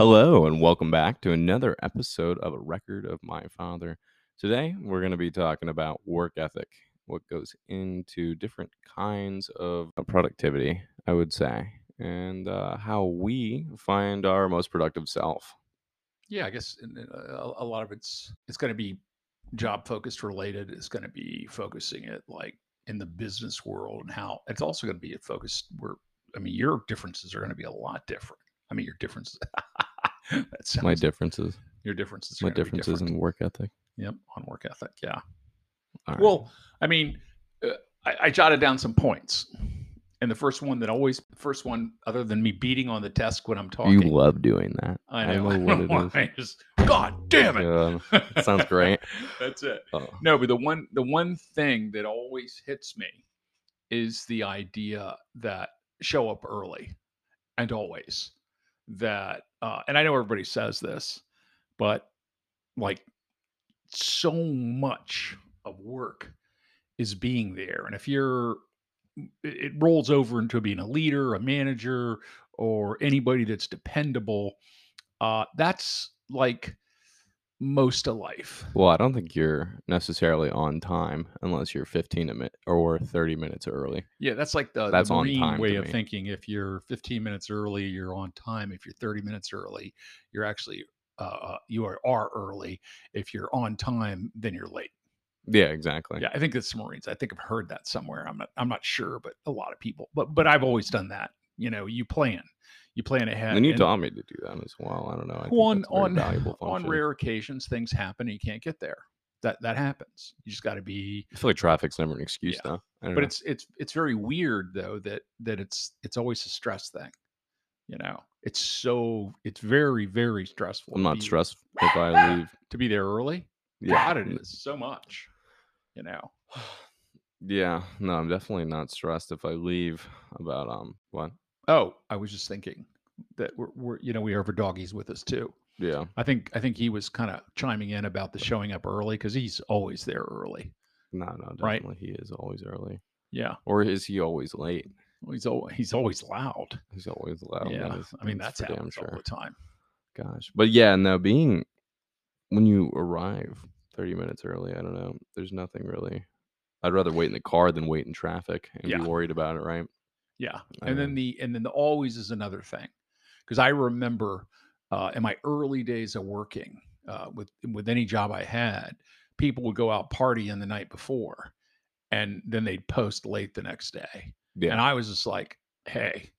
Hello, and welcome back to another episode of A Record of My Father. Today, we're going to be talking about work ethic, what goes into different kinds of productivity, I would say, and uh, how we find our most productive self. Yeah, I guess in- in a, a lot of it's it's going to be job focused related. It's going to be focusing it like in the business world and how it's also going to be focused where I mean your differences are going to be a lot different. I mean your differences. that sounds My differences, your differences. Are my gonna be differences different. in work ethic. yep on work ethic. Yeah. All right. Well, I mean, uh, I, I jotted down some points, and the first one that always the first one other than me beating on the desk when I'm talking. you love doing that. I know. I I know what it don't is. why, just- God damn it. Yeah, that sounds great. That's it. Oh, No, but the one the one thing that always hits me is the idea that show up early and always that uh and I know everybody says this, but like so much of work is being there. And if you're it it rolls over into being a leader, a manager, or anybody that's dependable. Uh, that's like most of life. Well, I don't think you're necessarily on time unless you're 15 a minute or 30 minutes early. Yeah, that's like the, That's the on Marine time to way of me. thinking. If you're 15 minutes early, you're on time. If you're 30 minutes early, you're actually uh, uh, you are, are early. If you're on time, then you're late. Yeah, exactly. Yeah, I think that's the Marines. I think I've heard that somewhere. I'm not I'm not sure, but a lot of people. But but I've always done that. You know, you plan, you plan ahead. And you Uh, and- taught me to do that as well. I don't know. I think on that's a very on valuable on function. rare occasions things happen and you can't get there that that happens you just got to be I feel like traffic's never an excuse though. I don't but know. it's it's it's very weird though that that it's it's always a stress thing you know it's so it's very very stressful I'm to not be- stressed if I leave. to be there early Yeah, god n- it is so much you know yeah. No, I'm definitely not stressed if I leave about um what. oh i was just thinking that we're, we're you know we have our doggies with us too Yeah, i think i think he was kind of chiming in about the showing up early because he's always there early no, no, definitely. Right. He is always early, yeah or is he always late? well, he's always he's always loud He's always loud. yeah, Oh, that is- I mean that's for damn happens all sure. the time. Gosh, but yeah, no, being when you arrive 30 minutes early, I don't know. There's nothing really. I'd rather wait in the car than wait in traffic and Yeah. be worried about it, right? Yeah, I and then know. the and then the always is another thing, because I remember uh, in my early days of working uh, with with any job I had, people would go out partying the night before, and then they'd post late the next day, and Yeah, I was just like, hey.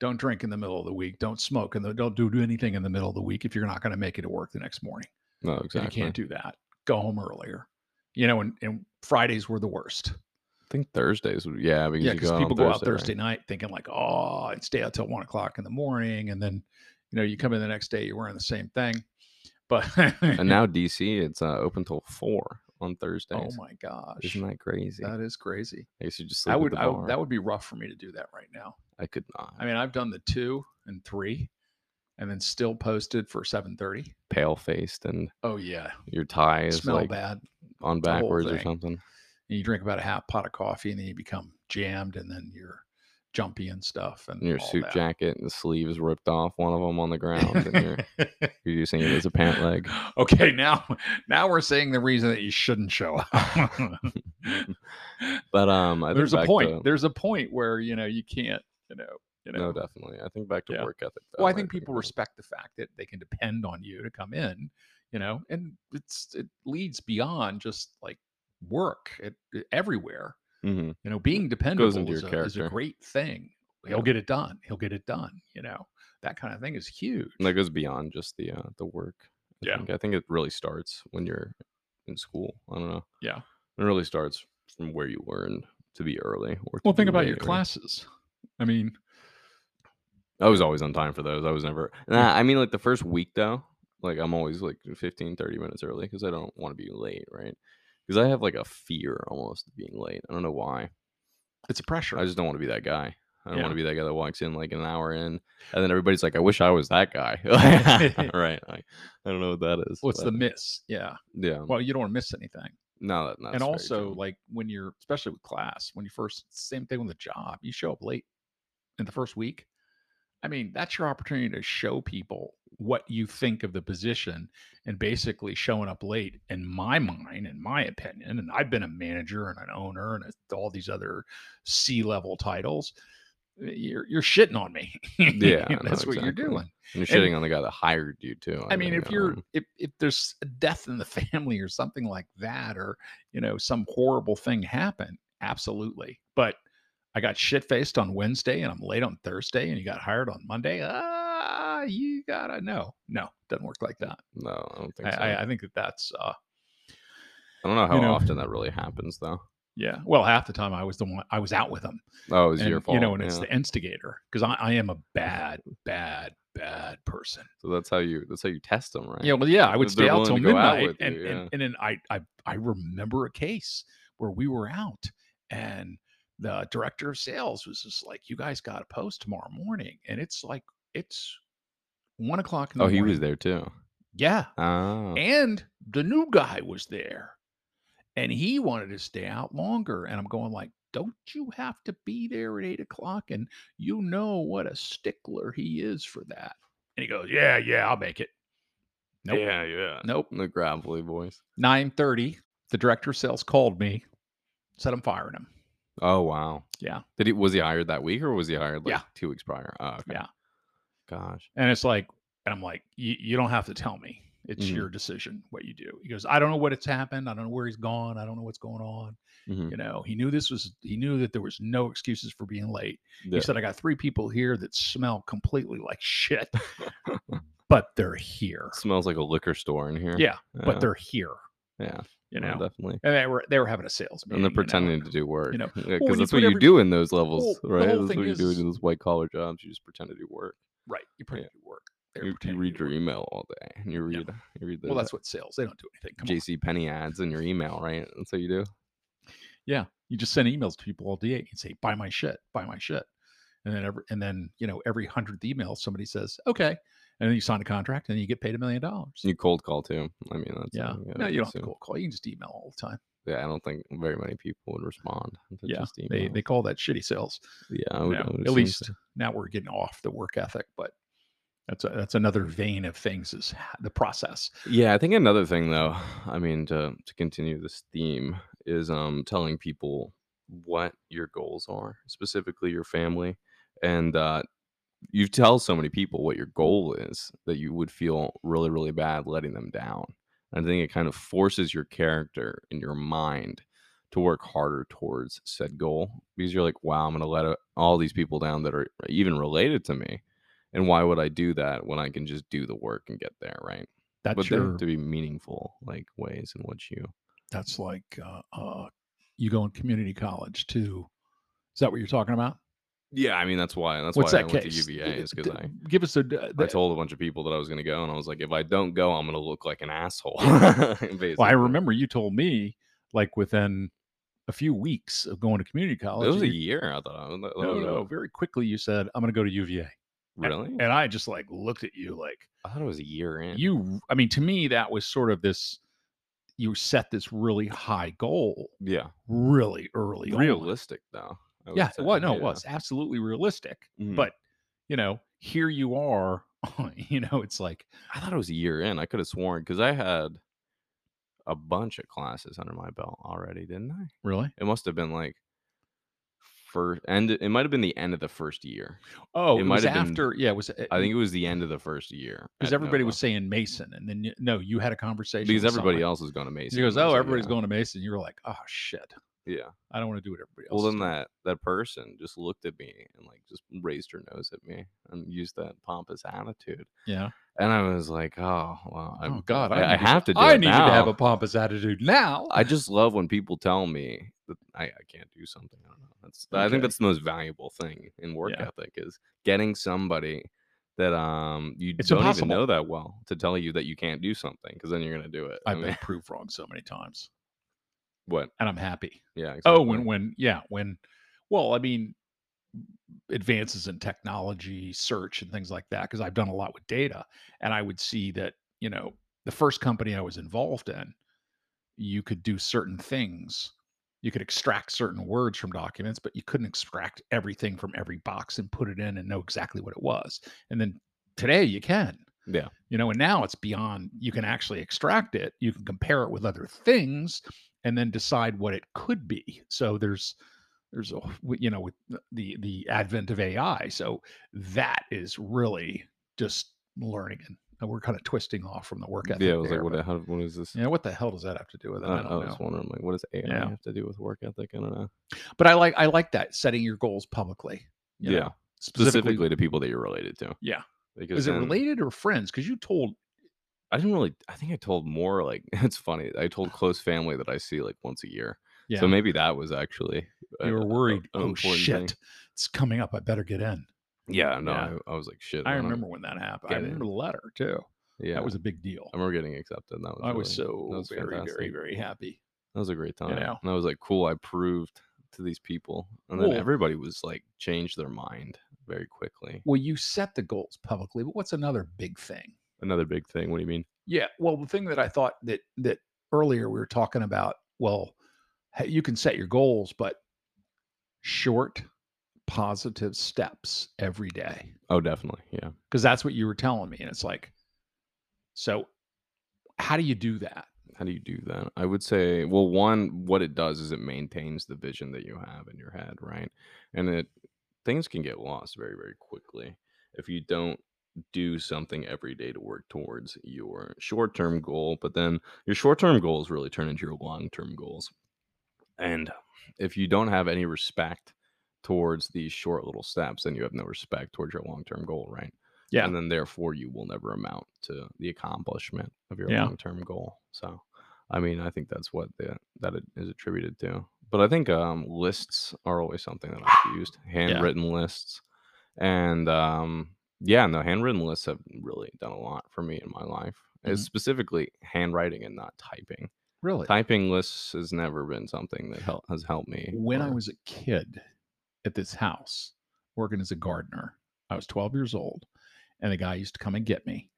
Don't drink in the middle of the week. Don't smoke and don't do do anything in the middle of the week if you're not going to make it to work the next morning. no, If exactly. You can't do that. Go home earlier. You know, and, and Fridays were the worst. I think Thursdays would, yeah, because yeah, you because go out on people go out right? Thursday night thinking like, oh, I'd stay out till one o'clock in the morning, and then you know you come in the next day, you're wearing the same thing. But And now DC, it's uh, open till four on Thursdays. oh my gosh, Isn't that crazy? that is crazy. I guess you just sleep I at would, the I would, bar. that would be rough for me to do that right now. I could not. I mean, I've done the two and three, and then still posted for seven thirty. Pale faced and Oh yeah, your tie is smell like bad. on the whole backwards or thing. something. And you drink about a half pot of coffee, and then you become jammed, and then you're jumpy and stuff, and And your all suit that. jacket and the sleeves ripped off, one of them on the ground, and you're, you're using it as a pant leg. Okay, now now we're saying the reason that you shouldn't show up. But um, I think There's a back point. to- There's a point where you know you can't. You know. You know. No, definitely. I think back to Yeah. work ethic. Though, well, I might think be people the- respect the fact that they can depend on you to come in. You know, and it's it leads beyond just like work. It, it- everywhere. Mhm. You know, being dependable into is, your a, is a character. great thing. He'll Yeah. get it done. He'll get it done. You know, that kind of thing is huge. And that goes beyond just the uh, the work. I Yeah. think. I think it really starts when you're in school. I don't know. Yeah. It really starts from where you learn to be early. Or to well, think be about late your or- classes. I mean, I was always on time for those. I was never. Nah, I mean, like the first week though, like I'm always like 15, 30 minutes early because I don't want to be late, right? Because I have like a fear almost of being late. I don't know why. it's a pressure. I just don't want to be that guy. I don't Yeah. want to be that guy that walks in like an hour in, and then everybody's like, "I wish I was that guy." right? Like, I don't know what that is. What's the but, miss? Yeah. yeah? Well, you don't want to miss anything. No, that, Um, that's and very also, true. like when you're, especially with class, when you first, same thing with the job, you show up late in the first week. I mean, that's your opportunity to show people what you think of the position and basically showing up late in my mind in my opinion and i've been a manager and an owner and a, all these other c level titles eh, you're you're shitting on me Yeah, I know that's what you're exactly. doing And you're shitting on the guy that hired you too. um, I mean, if you you're know. if, if there's a death in the family or something like that, or you know, some horrible thing happened, absolutely. But I got shit faced on Wednesday and I'm late on Thursday and you got hired on Monday. Ah, you gotta know. No, doesn't work like that. no, I don't I, think so. I, I, I think that that's uh don't know how you know- often that really happens though. yeah. Well, half the time I was the one I was out with them. Oh, it was and, your fault. You know, and it's yeah. the instigator because I, I am a bad, bad, bad person. so that's how you that's how you test them, right? Yeah, well, yeah, I would If stay they're out willing till to go out midnight, with and, you, and and then I I I remember a case where we were out, and the director of sales was just like, "You guys got to post tomorrow morning," and it's like it's one o'clock in the Oh, he morning. was there too. Yeah, Oh, and the new guy was there, and he wanted to stay out longer, and I'm going like. Don't you have to be there at eight o'clock? And you know what a stickler he is for that. And he goes, "Yeah, yeah, I'll make it." Nope. yeah, yeah. Nope. The gravelly voice. 9:30, the director of sales called me, said I'm firing him. Oh wow. Yeah. Did he was he hired that week or was he hired like Yeah. two weeks prior? Oh, okay. Yeah. Gosh. And it's like, and I'm like, "You- you don't have to tell me. It's Mhm. your decision what you do. He goes, I don't know what it's happened. I don't know where he's gone. I don't know what's going on. Mhm. You know, he knew this was he knew that there was no excuses for being late. Yeah. He said, I got three people here that smell completely like shit, but they're here. Smells like a liquor store in here. Yeah, Yeah, But they're here. yeah, You no, know. definitely. and they were they were having a sales And meeting. they're you know, pretending to do work. you know, because well, when you that's put what you every- do in those levels, Well, the right? whole That's thing what you do is- in those white collar jobs. You just pretend to do work. Right. You pretend to work. They were You, you pretending read to do your work. email all day, and you Yeah. read you read the Well, that's what sales. They don't do anything. Come on. JC Penny ads in your email, right? That's what you do. Yeah, you just send emails to people all day and say, "Buy my shit, buy my shit," and then every and then you know every hundredth email somebody says, "Okay," and then you sign a contract and then you get paid a million dollars. You cold call too. I mean, that's Yeah, something, no, you don't have to so- cold call. You can just email all the time. Yeah, I don't think very many people would respond. To Yeah, just They they emails. call that shitty sales. yeah, I you would, know, I would at assume so. least now we're getting off the work ethic, but that's a, that's another vein of things is h- the process. Yeah, I think another thing though, I mean to to continue this theme is um telling people what your goals are, specifically your family and uh you tell so many people what your goal is that you would feel really really bad letting them down. I think it kind of forces your character and your mind to work harder towards said goal because you're like, wow, I'm going to let a- all these people down that are even related to me. And why would I do that when I can just do the work and get there, right? That's but they your have to be meaningful like ways in which you that's like uh, uh, you go in community college too. Is that what you're talking about? yeah i mean that's why that's What's why that i went case? to uva D- is because d- i give us a. d- uh, I the- told a bunch of people that I was going to go, and I was like, if I don't go, I'm going to look like an asshole. well, I basically. remember you told me like within a few weeks of going to community It college. was a you- year. I thought. I was, I no, was- no, very quickly you said I'm going to go to UVA, Really? and I just like looked at you like I thought it was a year in. you. I mean, to me that was sort of this. You set this really high goal yeah. really early. on. Realistic though. I would Yeah. say, Well, no, it yeah. was absolutely realistic. Mhm. But you know, here you are. You know, it's like I thought it was a year in. I could have sworn because I had a bunch of classes under my belt already, didn't I? really. It must have been like first end. It might have been the end of the first year. Oh, It it, might was have been- after. yeah, it was. I think it was the end of the first year because at everybody was Nova, saying Mason, and then you, no, you had a conversation because with everybody someone. else was going to Mason. She goes, and I was "Oh, like, everybody's yeah, going to Mason." You were like, "Oh shit, Yeah. I don't want to do what everybody else." Well, is then doing." that that person just looked at me and like just raised her nose at me and used that pompous attitude, yeah. and I was like, oh well, I'm, oh God, I, I need have to. Do I it need you to have now." a pompous attitude now. I just love when people tell me that I, I can't do something. I don't know. That's I Okay. think that's the most valuable thing in work Yeah. ethic is getting somebody that um you It's don't impossible. even know that well to tell you that you can't do something because then you're gonna do it. I've been proved wrong so many times, what? and I'm happy. Yeah. Oh, exactly. when when yeah when, well, I mean, advances in technology, search, and things like that. Because I've done a lot with data, and I would see that you know the first company I was involved in, you could do certain things. You could extract certain words from documents, but you couldn't extract everything from every box and put it in and know exactly what it was. And then today you can. Yeah. You know, and now it's beyond, you can actually extract it, you can compare it with other things and then decide what it could be. So there's, there's a w- you know with th- the the advent of AI, so that is really just learning, and- and we're kind of twisting off from the work ethic. yeah, I was there, like, what, but- how, what is this? yeah, what the hell does that have to do with it? I, I I don't was know. wondering, like, what does AI Yeah. have to do with work ethic? I don't know. But I like I like that setting your goals publicly. you know, yeah, specifically, to people that you're related to. Yeah. because Is it then- related or friends? Because you told I didn't really. I think I told more. Like, it's funny. I told close family that I see like once a year. yeah So maybe that was actually a- you a- were a- worried. an Oh important shit, thing." it's coming up. I better get in. Yeah, no, Yeah. I, I was like shit. I why not?" remember when that happened. I get in. remember the letter too. Yeah, That was a big deal. I remember getting accepted. and That was. I was really- so that was very very fantastic. very happy. That was a great time. know. And I was like, cool. I proved to these people, and then Well- everybody was like, changed their mind very quickly. Well, you set the goals publicly, but what's another big thing? Another big thing. What do you mean? Yeah. Well, the thing that I thought that that earlier we were talking about, well, h- you can set your goals, but short positive steps every day. Oh, definitely. Yeah. Because that's what you were telling me. And it's like, so how do you do that? How do you do that? I would say, well, one, what it does is it maintains the vision that you have in your head, right? And it things can get lost very, very quickly if you don't do something every day to work towards your short-term goal, but then your short-term goals really turn into your long-term goals. And if you don't have any respect towards these short little steps, then you have no respect towards your long-term goal, right? Yeah. and then therefore you will never amount to the accomplishment of your Yeah. long-term goal so i mean i think that's what the, that it is attributed to but i think um, lists are always something that i've used handwritten lists and um, yeah no handwritten lists have really done a lot for me in my life It's Mhm. specifically handwriting and not typing Really? typing lists has never been something that hel- has helped me when I or- was a kid at this house working as a gardener, I was 12 years old, and the guy used to come and get me,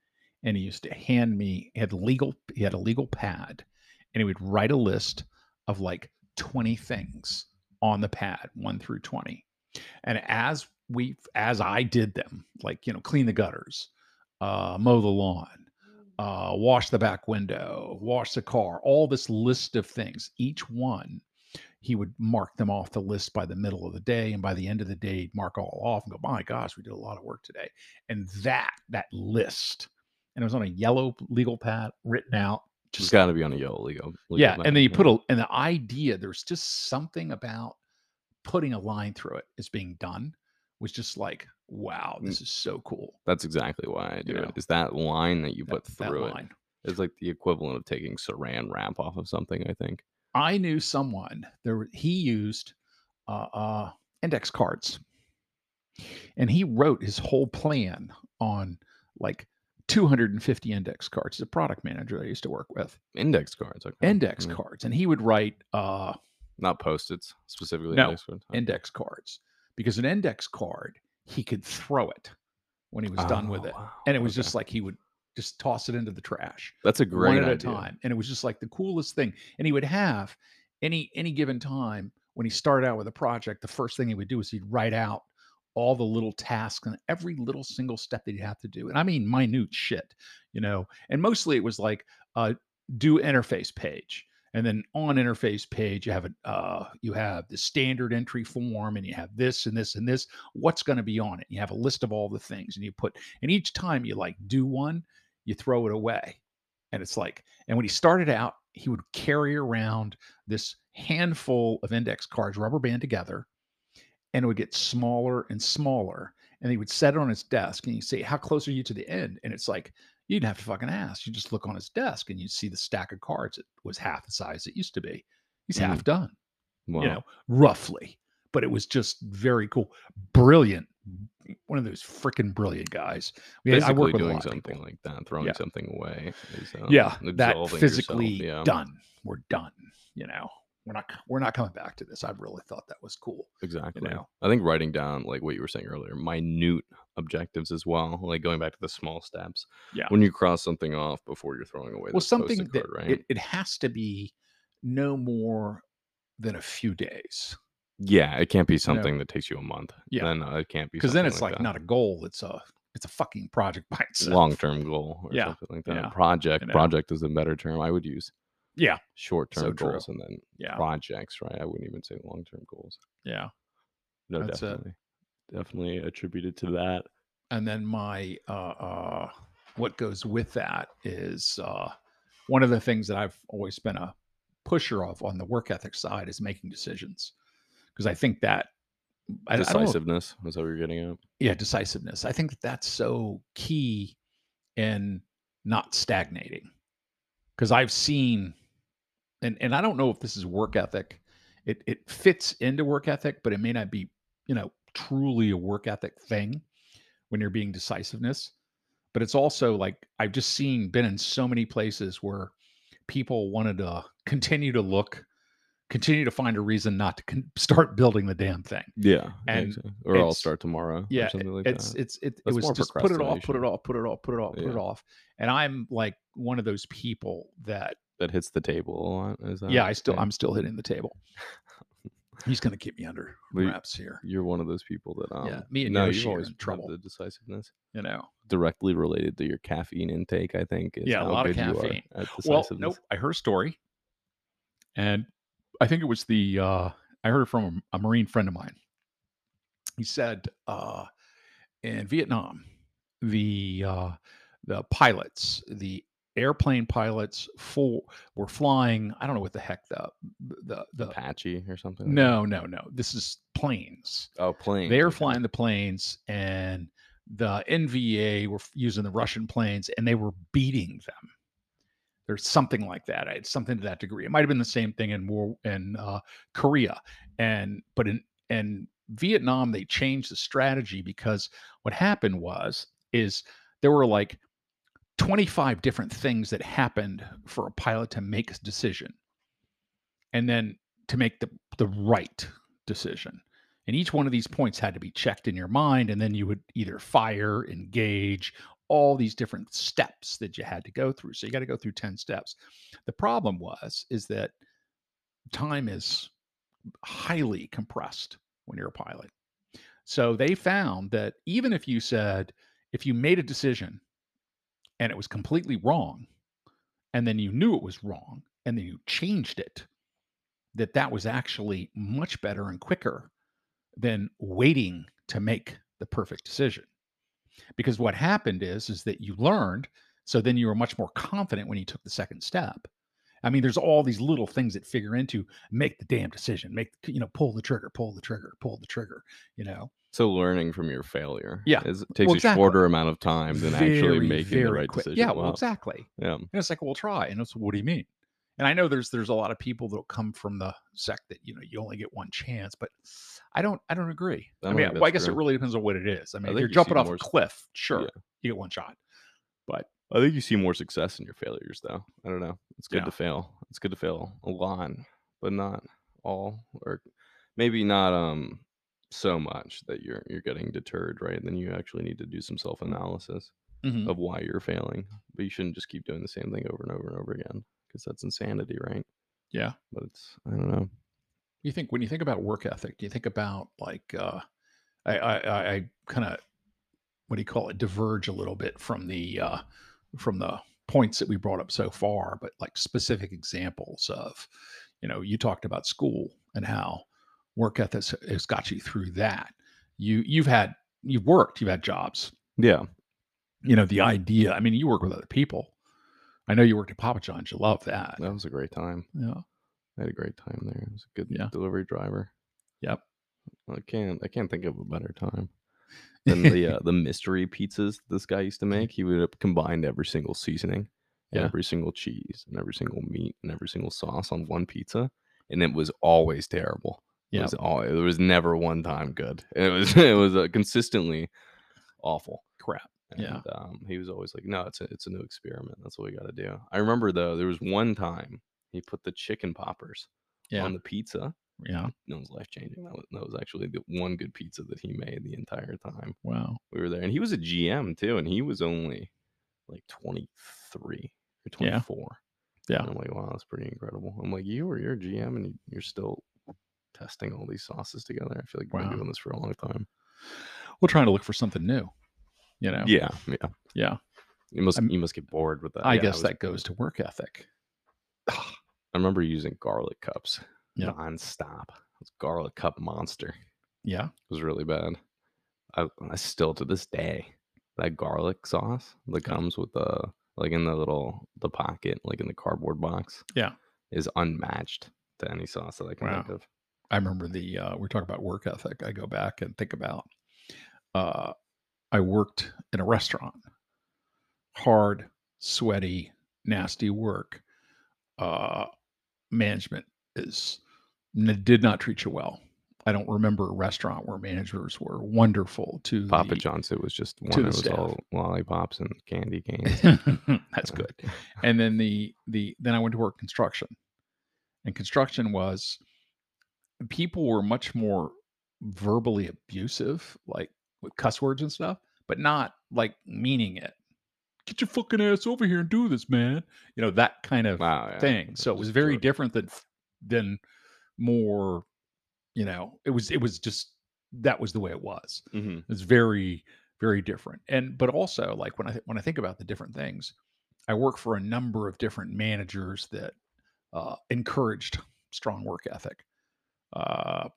and he used to hand me he had legal he had a legal pad, and he would write a list of like 20 things on the pad, one through 20, and as we as I did them, like you know, clean the gutters, uh, mow the lawn, uh, wash the back window, wash the car, all this list of things. Each one, he would mark them off the list by the middle of the day. And by the end of the day, he'd mark all off and go, my gosh, we did a lot of work today. And that, that list, and it was on a yellow legal pad written out. it's Just, got to be on a yellow legal, legal yeah. pad, And then you yeah. put a, and the idea, there's just something about putting a line through it is being done was just like, wow, Mm. this is so cool. That's exactly why I do know. it. Is that line that you That- put through that it? line. It's like the equivalent of taking saran wrap off of something. I think. I knew someone there. were- He used uh, uh, index cards, and he wrote his whole plan on like 250 index cards. He's a product manager I used to work with. Index cards. Okay. Index Mm. cards, and he would write uh, Not post-its specifically. No, Index cards. okay. index cards because an index card he could throw it when he was done with Oh, it, wow, and it was okay. just like he would just toss it into the trash. that's a great one at idea. a time and it was just like the coolest thing and he would have any any given time when he started out with a project the first thing he would do is he'd write out all the little tasks and every little single step that he'd have to do and i mean minute shit you know and mostly it was like uh do interface page and then on interface page you have a uh, you have the standard entry form and you have this and this and this what's going to be on it you have a list of all the things and you put and each time you like do one you throw it away and it's like, and when he started out, he would carry around this handful of index cards, rubber band together, and it would get smaller and smaller. And he would set it on his desk and you say, How close are you to the end? And it's like, you'd have to fucking ask. You just look on his desk and you see the stack of cards. It was half the size it used to be. He's Mm. half done Wow. you know, roughly. But it was just very cool, brilliant. One of those freaking brilliant guys. We had- Basically I work with a doing lot of something people. like that, throwing Yeah. something away. Is, um, yeah, that absolving yourself, physically yeah. done. We're done. You know, we're not we're not coming back to this. I really thought that was cool. Exactly. know. I think writing down like what you were saying earlier, minute objectives as well, like going back to the small steps. Yeah. When you cross something off before you're throwing away. the Well, something Post-it that card, right? it, it has to be no more than a few days Yeah, it can't be something that takes you a month. Yeah. then uh, it can't be because then something it's like that. not a goal. It's a it's a fucking project by itself. long term goal or Yeah, something like that. yeah, Project you know. project is a better term I would use. Yeah. Short term So true. goals and then Yeah. projects, right? I wouldn't even say long term goals. Yeah. No, That's it. definitely. Definitely attributed to that. and then my uh, uh what goes with that is uh one of the things that i've always been a pusher of on the work ethic side is making decisions because i think that I- I don't know if- Decisiveness was that what you're getting at? yeah decisiveness i think that that's so key in not stagnating because i've seen and and i don't know if this is work ethic it it fits into work ethic but it may not be you know truly a work ethic thing when you're being decisiveness but it's also like i've just seen been in so many places where people wanted to continue to look continue to find a reason not to con- start building the damn thing Yeah. And exactly. or I'll it's- start tomorrow. or yeah, something like it's that. it's it, it That's was more just put it off, put it procrastination. off, put it off, put it off, put it Yeah. off. And I'm like one of those people that that hits the table a lot. Is that yeah, I still yeah. I'm still hitting the table. He's gonna keep me under Well, you- wraps here. you're one of those people that um Yeah, me and no, Yoshi you've are always in had trouble. The decisiveness You know. directly related to your caffeine intake, I think. Is Yeah, a how lot of good you are caffeine. at Well, decisiveness. nope. I heard a story, and I think it was the uh, I heard it from a, a Marine friend of mine. He said uh, in Vietnam, the uh, the pilots, the airplane pilots, for were flying. I don't know what the heck the the the. Apache or something. like that? No, no, no. This is planes. Oh, plane. They're flying the planes, and the NVA were f- using the Russian planes, and they were beating them. There's something like that. It's something to that degree. It might have been the same thing in war in uh, Korea, and but in in Vietnam they changed the strategy because what happened was is there were like 25 different things that happened for a pilot to make a decision, and then to make the the right decision. And each one of these points had to be checked in your mind, and then you would either fire, engage, all these different steps that you had to go through. So you got to go through 10 steps. The problem was is that time is highly compressed when you're a pilot. So they found that even if you said if you made a decision and it was completely wrong and then you knew it was wrong and then you changed it that that was actually much better and quicker than waiting to make the perfect decision because what happened is is that you learned so then you were much more confident when you took the second step i mean there's all these little things that figure into make the damn decision make you know pull the trigger pull the trigger pull the trigger you know So learning from your failure. Yeah, Is, it takes well, a exactly. shorter amount of time than actually Very, making the very right quick. decision. yeah well Wow. exactly Yeah. and it's like, we'll try. And it's, what do you mean? And I know there's there's a lot of people that'll come from the sect that you know you only get one chance, but I don't I don't agree. I I, don't mean, think well, I that's guess it true. really depends on what it is. I mean, think if you're you see jumping off more a s- cliff, sure, yeah. you get one shot. But I think you see more success in your failures, though. I don't know. It's good Yeah. to fail. It's good to fail a lot, but not all, or maybe not um so much that you're you're getting deterred, right? And then you actually need to do some self analysis Mhm. of why you're failing. But you shouldn't just keep doing the same thing over and over and over again because that's insanity, right? yeah, But it's I don't know. you think when you think about work ethic, do you think about like uh, I I, I, I kind of what do you call it? Diverge a little bit from the uh, from the points that we brought up so far, but like specific examples of, you know, you talked about school and how work ethic has- has got you through that. You you've had you've worked, you've had jobs. Yeah, You know, the idea. I mean, you work with other people. I know you worked at Papa John's. You love that. that was a great time. Yeah. I had a great time there. It was a good Yeah. delivery driver. Yep. I can't I can't think of a better time than the uh, the mystery pizzas this guy used to make. He would have combined every single seasoning, and Mm. Yeah. every single cheese, and every single meat, and every single sauce on one pizza, and it was always terrible. It Yep. was all there was never one time good. It was it was uh, consistently awful. Crap. And, Yeah. Um, he was always like, no, it's a, it's a new experiment. That's what we got to do. I remember though, there was one time he put the chicken poppers Yeah. on the pizza. yeah. That was life changing. That was, that was actually the one good pizza that he made the entire time Wow. we were there. And he was a GM too. And he was only like 23 or Yeah. 24. Yeah. And I'm like, wow, that's pretty incredible. I'm like, you were your GM and you- you're still testing all these sauces together. I feel like you've Wow. been doing this for a long time. We're trying to look for something new. You know, Yeah, yeah, Yeah. You must I'm- you must get bored with that. I Yeah, guess was- that goes to work ethic. I remember using garlic cups. Yeah. nonstop. It was garlic cup monster. Yeah. It was really bad. I, I still to this day that garlic sauce that Yeah. comes with the like in the little the pocket like in the cardboard box. Yeah. is unmatched to any sauce that I can think Wow. of. I remember the uh, we're talking about work ethic. I go back and think about. Uh, I worked in a restaurant, hard, sweaty, nasty work. Uh, management is n- did not treat you well. I don't remember a restaurant where managers were wonderful to Papa the- John's, it was just one the that was staff. all lollipops and candy canes. Uh, That's good. and then the the then I went to work construction, and construction was people were much more verbally abusive, like with cuss words and stuff, but not like meaning it. Get your fucking ass over here and do this, man. You know that kind of Wow, yeah. thing. So it was just very jerk. different than than more. You know, it was it was just that was the way it was. Mhm. It's very, very different. And but also like when I when I think about the different things, I work for a number of different managers that uh, encouraged strong work ethic. Uh,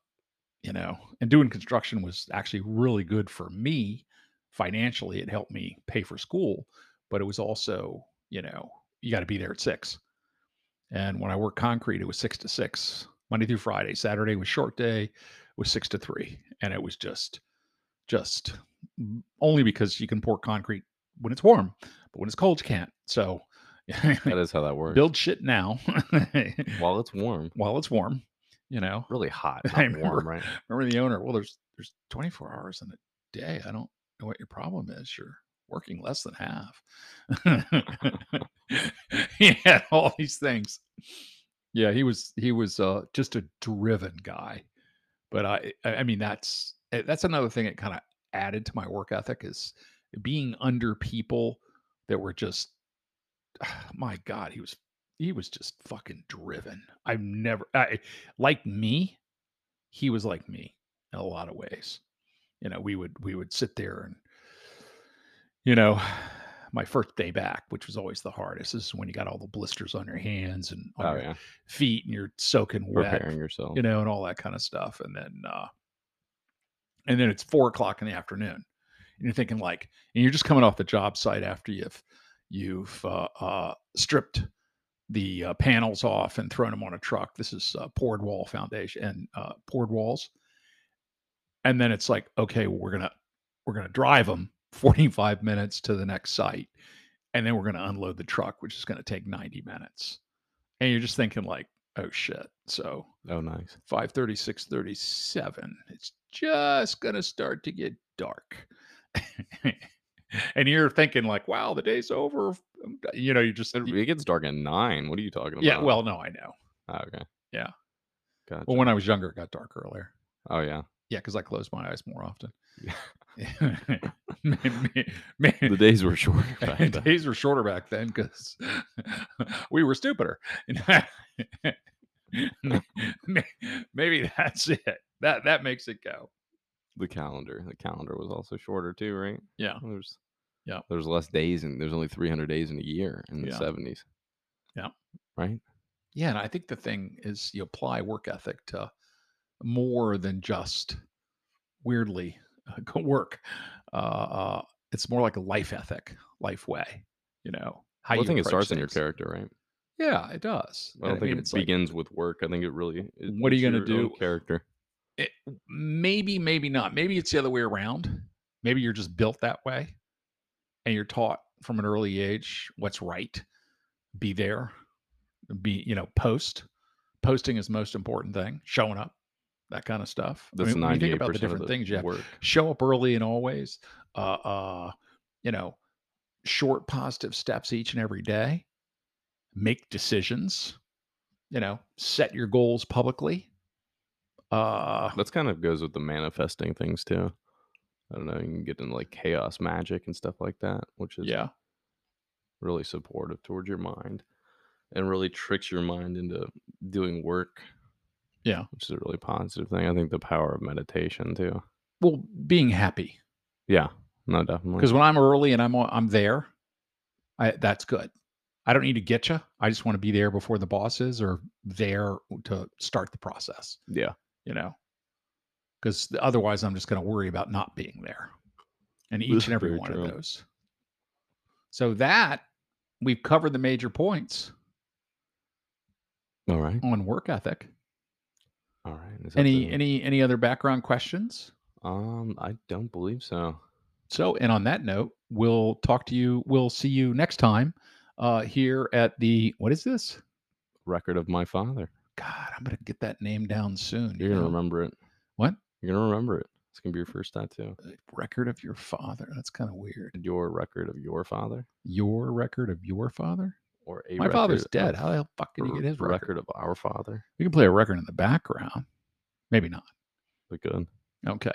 you know, and doing construction was actually really good for me financially. It helped me pay for school, but it was also you know you got to be there at six. And when I worked concrete, it was six to six Monday through Friday. Saturday was short day, it was six to three, and it was just just m- only because you can pour concrete when it's warm, but when it's cold, you can't. So That is how that works. build shit now While it's warm, while it's warm. You know, really hot, I not warm, right? remember the owner. Well, there's there's 24 hours in a day. I don't know what your problem is. You're working less than half. yeah, all these things. Yeah, he was he was uh, just a driven guy. But I I I mean that's eh, that's another thing that kind of added to my work ethic is being under people that were just my god he was he was just fucking driven i've never I, like me he was like me in a lot of ways. You know, we would we would sit there and you know, my first day back, which was always the hardest, this is when you got all the blisters on your hands and on Oh your yeah, feet and you're soaking wet, preparing yourself. you know, and all that kind of stuff. And then uh and then it's four o'clock in the afternoon. And you're thinking like, and you're just coming off the job site after you've you've uh, uh stripped the uh, panels off and thrown them on a truck. This is uh, poured wall foundation and uh, poured walls. And then it's like, okay, well, we're gonna we're gonna drive them 45 minutes to the next site, and then we're gonna unload the truck, which is gonna take 90 minutes. And you're just thinking like, oh shit. So Oh nice. 5:30, 6:37. It's just gonna start to get dark. and you're thinking like, wow, the day's over. I'm d- You know, you just It, it gets dark at nine. What are you talking about? yeah. Well, no, I know. Oh, okay. Yeah. Gotcha. Well, when I was younger, it got dark earlier. oh yeah. Yeah, because I closed my eyes more often. Yeah. man, man, The days were shorter. back the then. days were shorter back then because we were stupider. May- Maybe that's it. That that makes it go. The calendar. The calendar was also shorter too, right? Yeah. There's Yeah. There's less days and there's only 300 days in a year in the Yeah. 70s. Yeah. Right. Yeah, and I think the thing is you apply work ethic to more than just weirdly uh, go work. Uh, uh, it's more like a life ethic, life way. You know how Well, I think it approach starts in your things. character, right? Yeah, it does. I don't And think mean, it it's like- begins with work. I think it really. it- What are you it's gonna your own do? Character. it, maybe, maybe not. Maybe it's the other way around. Maybe you're just built that way and you're taught from an early age what's right. Be there, be, you know, post. Posting is the most important thing, showing up, that kind of stuff. I That's mean, when 98 you think about the percent different of the things you have work. show up early and always uh uh you know short positive steps each and every day make decisions you know set your goals publicly uh That's kind of goes with the manifesting things too. I don't know. You can get into like chaos magic and stuff like that, which is yeah really supportive towards your mind and really tricks your mind into doing work. Yeah. Which is a really positive thing. I think the power of meditation too. well being happy Yeah. No, definitely. Because when I'm early and I'm on- I'm there, I, that's good. I don't need to get you. I just want to be there before the boss is or there to start the process. yeah, You know, because otherwise I'm just going to worry about not being there, and each This and is every very one true. of those. So that we've covered the major points all right, on work ethic. all right. Is that Any the- any any other background questions? Um, I don't believe so. So, and on that note, we'll talk to you. We'll see you next time uh, here at the what is this? Record of my father. God, I'm gonna get that name down soon. you You're gonna know? remember it. What? You're gonna remember it. It's gonna be your first tattoo. The record of your father. That's kind of weird. Your record of your father, Your record of your father? or a My father's record dead. of How the hell fuck can you r- get his record? of our father? We can play a record in the background. Maybe not. We could. Okay.